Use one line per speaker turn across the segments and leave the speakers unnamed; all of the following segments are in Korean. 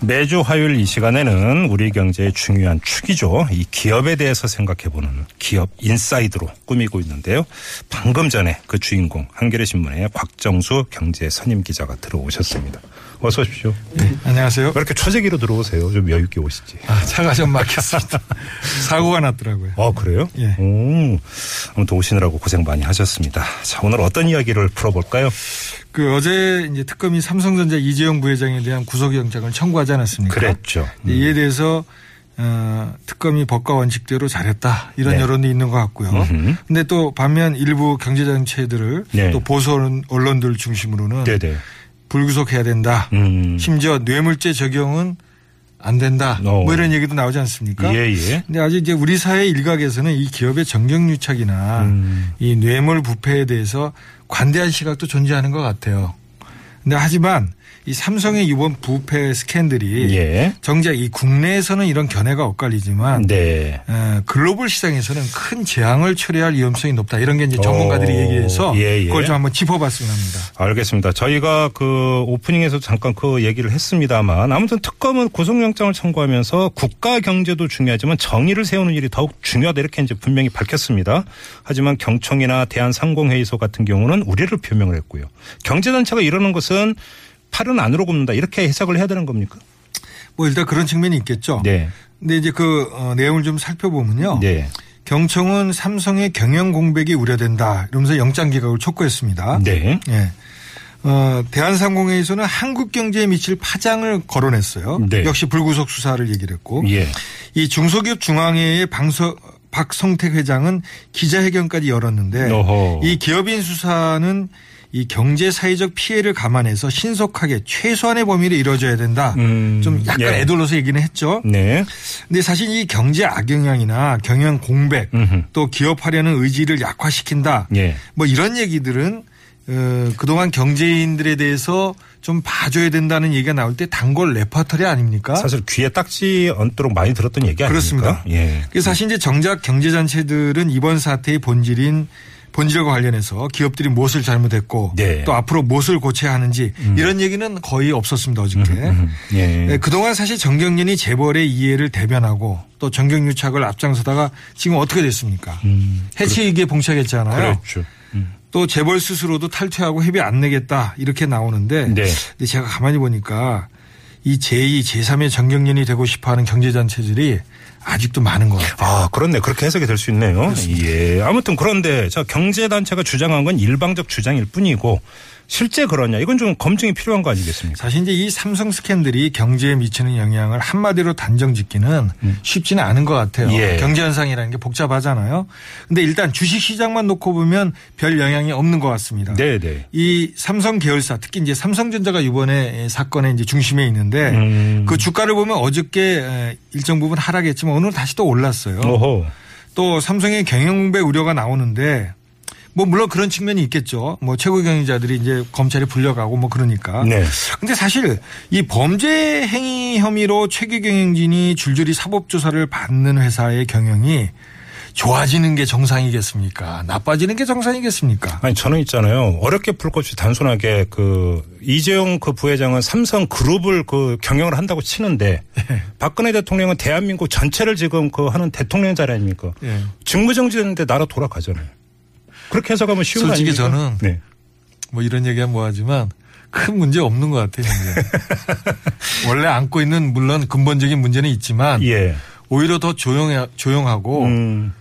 매주 화요일 이 시간에는 우리 경제의 중요한 축이죠. 이 기업에 대해서 생각해보는 기업 인사이드로 꾸미고 있는데요. 방금 전에 그 주인공 한겨레신문의 곽정수 경제 선임 기자가 들어오셨습니다. 어서 오십시오.
네, 안녕하세요.
왜 이렇게 초재기로 들어오세요? 좀 여유있게 오시지.
아, 차가 좀 막혔습니다. 사고가 났더라고요.
아, 그래요?
예.
오, 아무튼 오시느라고 고생 많이 하셨습니다. 자, 오늘 어떤 이야기를 풀어볼까요?
그 어제 이제 특검이 삼성전자 이재용 부회장에 대한 구속영장을 청구하지 않았습니까?
그랬죠. 음.
근데 이에 대해서 어, 특검이 법과 원칙대로 잘했다 이런
네.
여론도 있는 것 같고요.
음흠.
근데 또 반면 일부 경제정체들을
네.
또 보수 언- 언론들 중심으로는
네네.
불구속해야 된다.
음.
심지어 뇌물죄 적용은 안 된다.
어.
뭐 이런 얘기도 나오지 않습니까?
예, 예.
근데 아직 이제 우리 사회 일각에서는 이 기업의 정경유착이나
음.
이 뇌물 부패에 대해서 관대한 시각도 존재하는 것 같아요. 근데 하지만 이 삼성의 이번 부패 스캔들이
예.
정작 이 국내에서는 이런 견해가 엇갈리지만
네.
어, 글로벌 시장에서는 큰 재앙을 초래할 위험성이 높다. 이런 게 이제 전문가들이
오,
얘기해서
예, 예.
그걸 좀 한번 짚어봤으면 합니다.
알겠습니다. 저희가 그 오프닝에서 잠깐 그 얘기를 했습니다만 아무튼 특검은 구속영장을 청구하면서 국가 경제도 중요하지만 정의를 세우는 일이 더욱 중요하다 이렇게 이제 분명히 밝혔습니다. 하지만 경총이나 대한상공회의소 같은 경우는 우려를 표명을 했고요. 경제단체가 이러는 것은 팔은 안으로 굽는다 이렇게 해석을 해야 되는 겁니까?
뭐 일단 그런 측면이 있겠죠.
네.
근데 이제 그 어, 내용을 좀 살펴보면요.
네.
경청은 삼성의 경영 공백이 우려된다. 이러면서 영장 기각을 촉구했습니다.
네.
예. 어, 대한상공회의소는 한국 경제에 미칠 파장을 거론했어요.
네.
역시 불구속 수사를 얘기를 했고
예.
이 중소기업 중앙회의 방서 박성택 회장은 기자회견까지 열었는데
어허.
이 기업인 수사는 이 경제 사회적 피해를 감안해서 신속하게 최소한의 범위로 이루어져야 된다.
음,
좀 약간
예.
애둘러서 얘기는 했죠.
네.
근데 사실 이 경제 악영향이나 경영 공백
음흠.
또 기업하려는 의지를 약화시킨다.
예.
뭐 이런 얘기들은 어, 그동안 경제인들에 대해서 좀 봐줘야 된다는 얘기가 나올 때 단골 레퍼토리 아닙니까?
사실 귀에 딱지 얹도록 많이 들었던 얘기 아닙니까?
그렇습니다.
예.
그래서 사실 이제 정작 경제단체들은 이번 사태의 본질인 본질과 관련해서 기업들이 무엇을 잘못했고
네.
또 앞으로 무엇을 고쳐야 하는지 이런 얘기는 거의 없었습니다 어저께.
음, 예.
네, 그동안 사실 정경련이 재벌의 이해를 대변하고 또 정경유착을 앞장서다가 지금 어떻게 됐습니까? 해체 위기에 봉착했잖아요.
음, 그렇죠.
또 재벌 스스로도 탈퇴하고 회비 안 내겠다 이렇게 나오는데
네.
근데 제가 가만히 보니까 이 제2, 제3의 정경련이 되고 싶어하는 경제단체들이 아직도 많은 것 같아요.
아, 그렇네. 그렇게 해석이 될 수 있네요. 예. 아무튼 그런데 자, 경제단체가 주장한 건 일방적 주장일 뿐이고 실제 그러냐. 이건 좀 검증이 필요한 거 아니겠습니까?
사실 이제 이 삼성 스캔들이 경제에 미치는 영향을 한마디로 단정 짓기는 쉽지는 않은 것 같아요.
음. 예.
경제 현상이라는 게 복잡하잖아요. 근데 일단 주식 시장만 놓고 보면 별 영향이 없는 것 같습니다.
네, 네.
이 삼성 계열사 특히 이제 삼성전자가 이번에 사건의 이제 중심에 있는데
음.
그 주가를 보면 어저께 에, 일정 부분 하락했지만 오늘 다시 또 올랐어요.
오호.
또 삼성의 경영배 우려가 나오는데 뭐 물론 그런 측면이 있겠죠. 뭐 최고 경영자들이 이제 검찰에 불려가고 뭐 그러니까.
네.
근데 사실 이 범죄 행위 혐의로 최고 경영진이 줄줄이 사법 조사를 받는 회사의 경영이 좋아지는 게 정상이겠습니까? 나빠지는 게 정상이겠습니까?
아니 저는 있잖아요. 어렵게 풀 것이 단순하게 그 이재용 그 부회장은 삼성 그룹을 그 경영을 한다고 치는데
예.
박근혜 대통령은 대한민국 전체를 지금 그 하는 대통령 자리 아닙니까?
예.
직무정지했는데 나라 돌아가잖아요. 그렇게 해석하면 쉬운 거
솔직히
아닙니까?
저는
네.
뭐 이런 얘기하면 뭐하지만 큰 문제 없는 것 같아요. 현재. 원래 안고 있는 물론 근본적인 문제는 있지만
예.
오히려 더 조용해, 조용하고
음.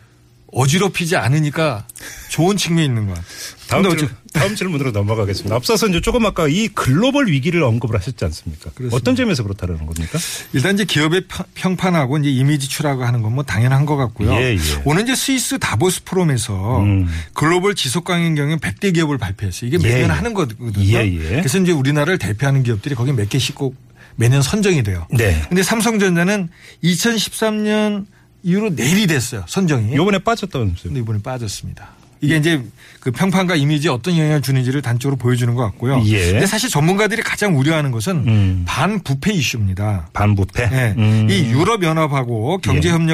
어지럽히지 않으니까 좋은 측면이 있는 것 같아요.
다음,
근데
질, 다음 질문으로 넘어가겠습니다. 앞서서 이제 조금 아까 이 글로벌 위기를 언급을 하셨지 않습니까?
그렇습니다.
어떤 점에서 그렇다는 겁니까?
일단 이제 기업의 펴- 평판하고 이제 이미지 추락하는 건 뭐 당연한 것 같고요.
예, 예.
오늘 이제 스위스 다보스 프롬에서
음.
글로벌 지속강행 경영 100대 기업을 발표했어요. 이게
예,
매년
예.
하는 거거든요.
예, 예.
그래서 이제 우리나라를 대표하는 기업들이 거기 몇 개씩 꼭 매년 선정이 돼요.
네.
근데 삼성전자는 2013년 이후로 내일이 됐어요. 선정이.
요번에 빠졌다면서요?
근데 이번에 빠졌습니다. 이게 이제 그 평판과 이미지에 어떤 영향을 주는지를 단적으로 보여주는 것 같고요.
예.
근데 사실 전문가들이 가장 우려하는 것은
음.
반부패 이슈입니다.
반부패.
예.
음. 예.
이 유럽연합하고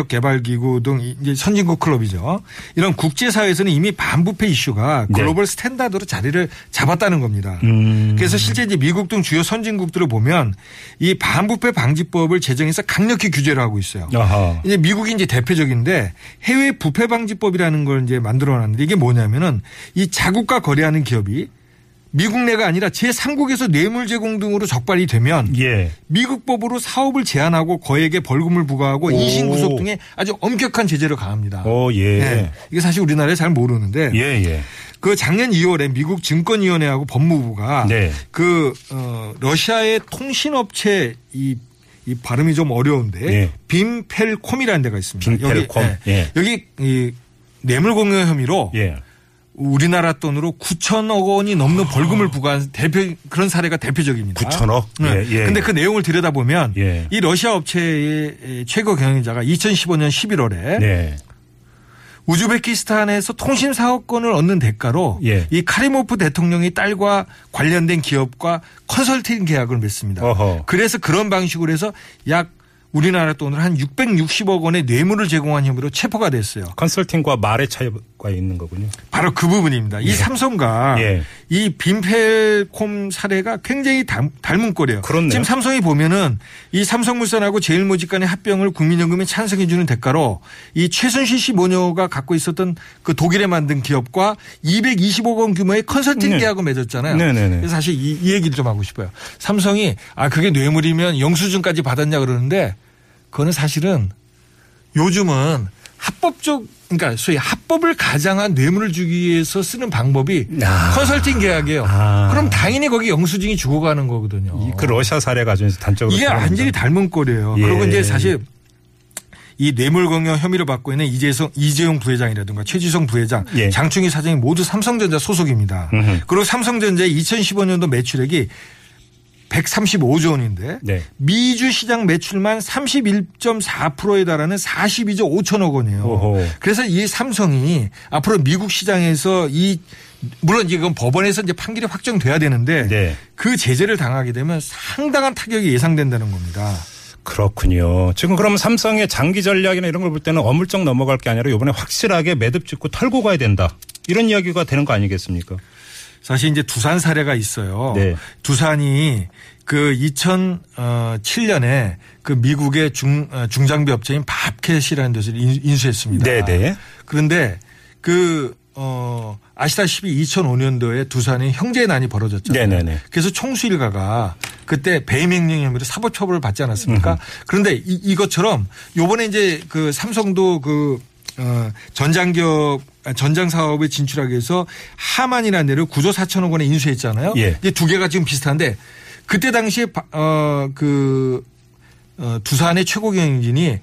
경제협력개발기구 등 이제 선진국 클럽이죠. 이런 국제사회에서는 이미 반부패 이슈가
네.
글로벌 스탠다드로 자리를 잡았다는 겁니다.
음.
그래서 실제 이제 미국 등 주요 선진국들을 보면 이 반부패 방지법을 제정해서 강력히 규제를 하고 있어요.
아하.
이제 미국이 이제 대표적인데 해외 부패 방지법이라는 걸 이제 만들어 놨는데 이게 뭐냐면은 이 자국과 거래하는 기업이 미국 내가 아니라 제3국에서 뇌물 제공 등으로 적발이 되면
예.
미국 법으로 사업을 제한하고 거액의 벌금을 부과하고
오.
인신 구속 등의 아주 엄격한 제재를 가합니다.
어, 예.
예. 이게 사실 우리나라에 잘 모르는데
예, 예.
그 작년 2월에 미국 증권위원회하고 법무부가
네.
그 어, 러시아의 통신업체 이, 이 발음이 좀 어려운데
예.
빔펠콤이라는 데가 있습니다.
빔펠콤.
여기, 예.
예.
여기 이 뇌물 공여 혐의로
예.
우리나라 돈으로 9천억 원이
아.
넘는 벌금을 부과한 대표 그런 사례가 대표적입니다.
9천억?
네.
예, 예.
근데 그 내용을 들여다보면
예.
이 러시아 업체의 최고 경영자가 2015년 11월에
네.
우즈베키스탄에서 통신 사업권을 얻는 대가로
예.
이 카리모프 대통령의 딸과 관련된 기업과 컨설팅 계약을 맺습니다.
어허.
그래서 그런 방식으로 해서 약 우리나라 돈으로 한 660억 원의 뇌물을 제공한 혐의로 체포가 됐어요.
컨설팅과 말의 차이가 있는 거군요.
바로 그 부분입니다. 이 삼성과
예.
이 빈펠콤 사례가 굉장히 닮- 닮은 꼴이에요.
그렇네요.
지금 삼성이 보면은 이 삼성물산하고 제일모직 간의 합병을 국민연금이 찬성해 주는 대가로 이 최순실 씨 모녀가 갖고 있었던 그 독일에 만든 기업과 225억 원 규모의 컨설팅
네.
계약을 맺었잖아요.
네네네.
그래서 사실 이, 이 얘기를 좀 하고 싶어요. 삼성이 아 그게 뇌물이면 영수증까지 받았냐 그러는데 그거는 사실은 요즘은 합법적 그러니까 소위 합법을 가장한 뇌물을 주기 위해서 쓰는 방법이
아.
컨설팅 계약이에요.
아.
그럼 당연히 거기 영수증이 죽어가는 거거든요.
이- 그 러시아 사례 가지고 이제 단적으로
이게
생각합니다.
완전히 닮은 꼴이에요.
예.
그리고 이제 사실 이 뇌물공여 혐의를 받고 있는 이재성, 이재용 부회장이라든가 최지성 부회장,
예.
장충희 사장이 모두 삼성전자 소속입니다.
음흠.
그리고 삼성전자의 2015년도 매출액이 135조 원인데
네.
미주 시장 매출만 31.4%에 달하는 42조 5천억 원이에요.
오호.
그래서 이 삼성이 앞으로 미국 시장에서 이 물론 이건 법원에서 이제 판결이 확정돼야 되는데
네.
그 제재를 당하게 되면 상당한 타격이 예상된다는 겁니다.
그렇군요. 지금 그럼 삼성의 장기 전략이나 이런 걸 볼 때는 어물쩍 넘어갈 게 아니라 이번에 확실하게 매듭 짓고 털고 가야 된다. 이런 이야기가 되는 거 아니겠습니까?
사실 이제 두산 사례가 있어요.
네.
두산이 그 어, 2007년에 그 미국의 중 어, 중장비 업체인 밥캣이라는 데서 인- 인수했습니다.
네, 네.
그런데 그 어, 아시다시피 2005년도에 두산에 형제 난이 벌어졌잖아요.
네, 네, 네.
그래서 총수 일가가 그때 배임행령 혐의로 사법 처벌을 받지 않았습니까? 그런데 이, 이것처럼 요번에 이제 그 삼성도 그 어, 전장기업 아, 전장 사업에 진출하기 위해서 하만이라는 데를 9조 4천억 원에 인수했잖아요.
예.
이제 두 개가 지금 비슷한데 그때 당시에 바- 어, 그 어, 두산의 최고 경영진이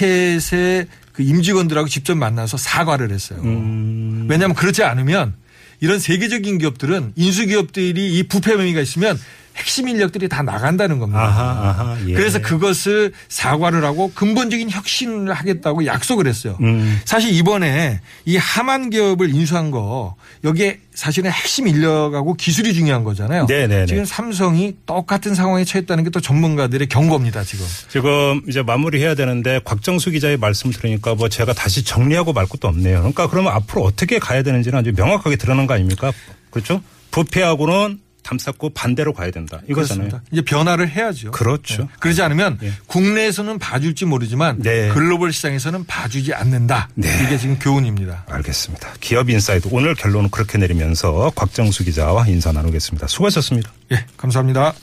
바켓의 그 임직원들하고 직접 만나서 사과를 했어요. 왜냐하면 그렇지 않으면 이런 세계적인 기업들은 인수기업들이 이 부패 혐의가 있으면 핵심 인력들이 다 나간다는 겁니다.
아하, 아하. 예.
그래서 그것을 사과를 하고 근본적인 혁신을 하겠다고 약속을 했어요.
음.
사실 이번에 이 하만 기업을 인수한 거 여기에 사실은 핵심 인력하고 기술이 중요한 거잖아요.
네네네.
지금 삼성이 똑같은 상황에 처했다는 게 또 전문가들의 경고입니다. 지금.
지금 이제 마무리해야 되는데 곽정수 기자의 말씀 들으니까 뭐 제가 다시 정리하고 말 것도 없네요. 그러니까 그러면 앞으로 어떻게 가야 되는지는 아주 명확하게 드러난 거 아닙니까? 그렇죠? 부패하고는 담쌓고 반대로 가야 된다. 이거잖아요.
그렇습니다. 이제 변화를 해야죠.
그렇죠.
네. 그러지 않으면
예.
국내에서는 봐줄지 모르지만
네.
글로벌 시장에서는 봐주지 않는다. 이게 지금 교훈입니다.
알겠습니다. 기업 인사이드 오늘 결론은 그렇게 내리면서 곽정수 기자와 인사 나누겠습니다. 수고하셨습니다.
예, 감사합니다.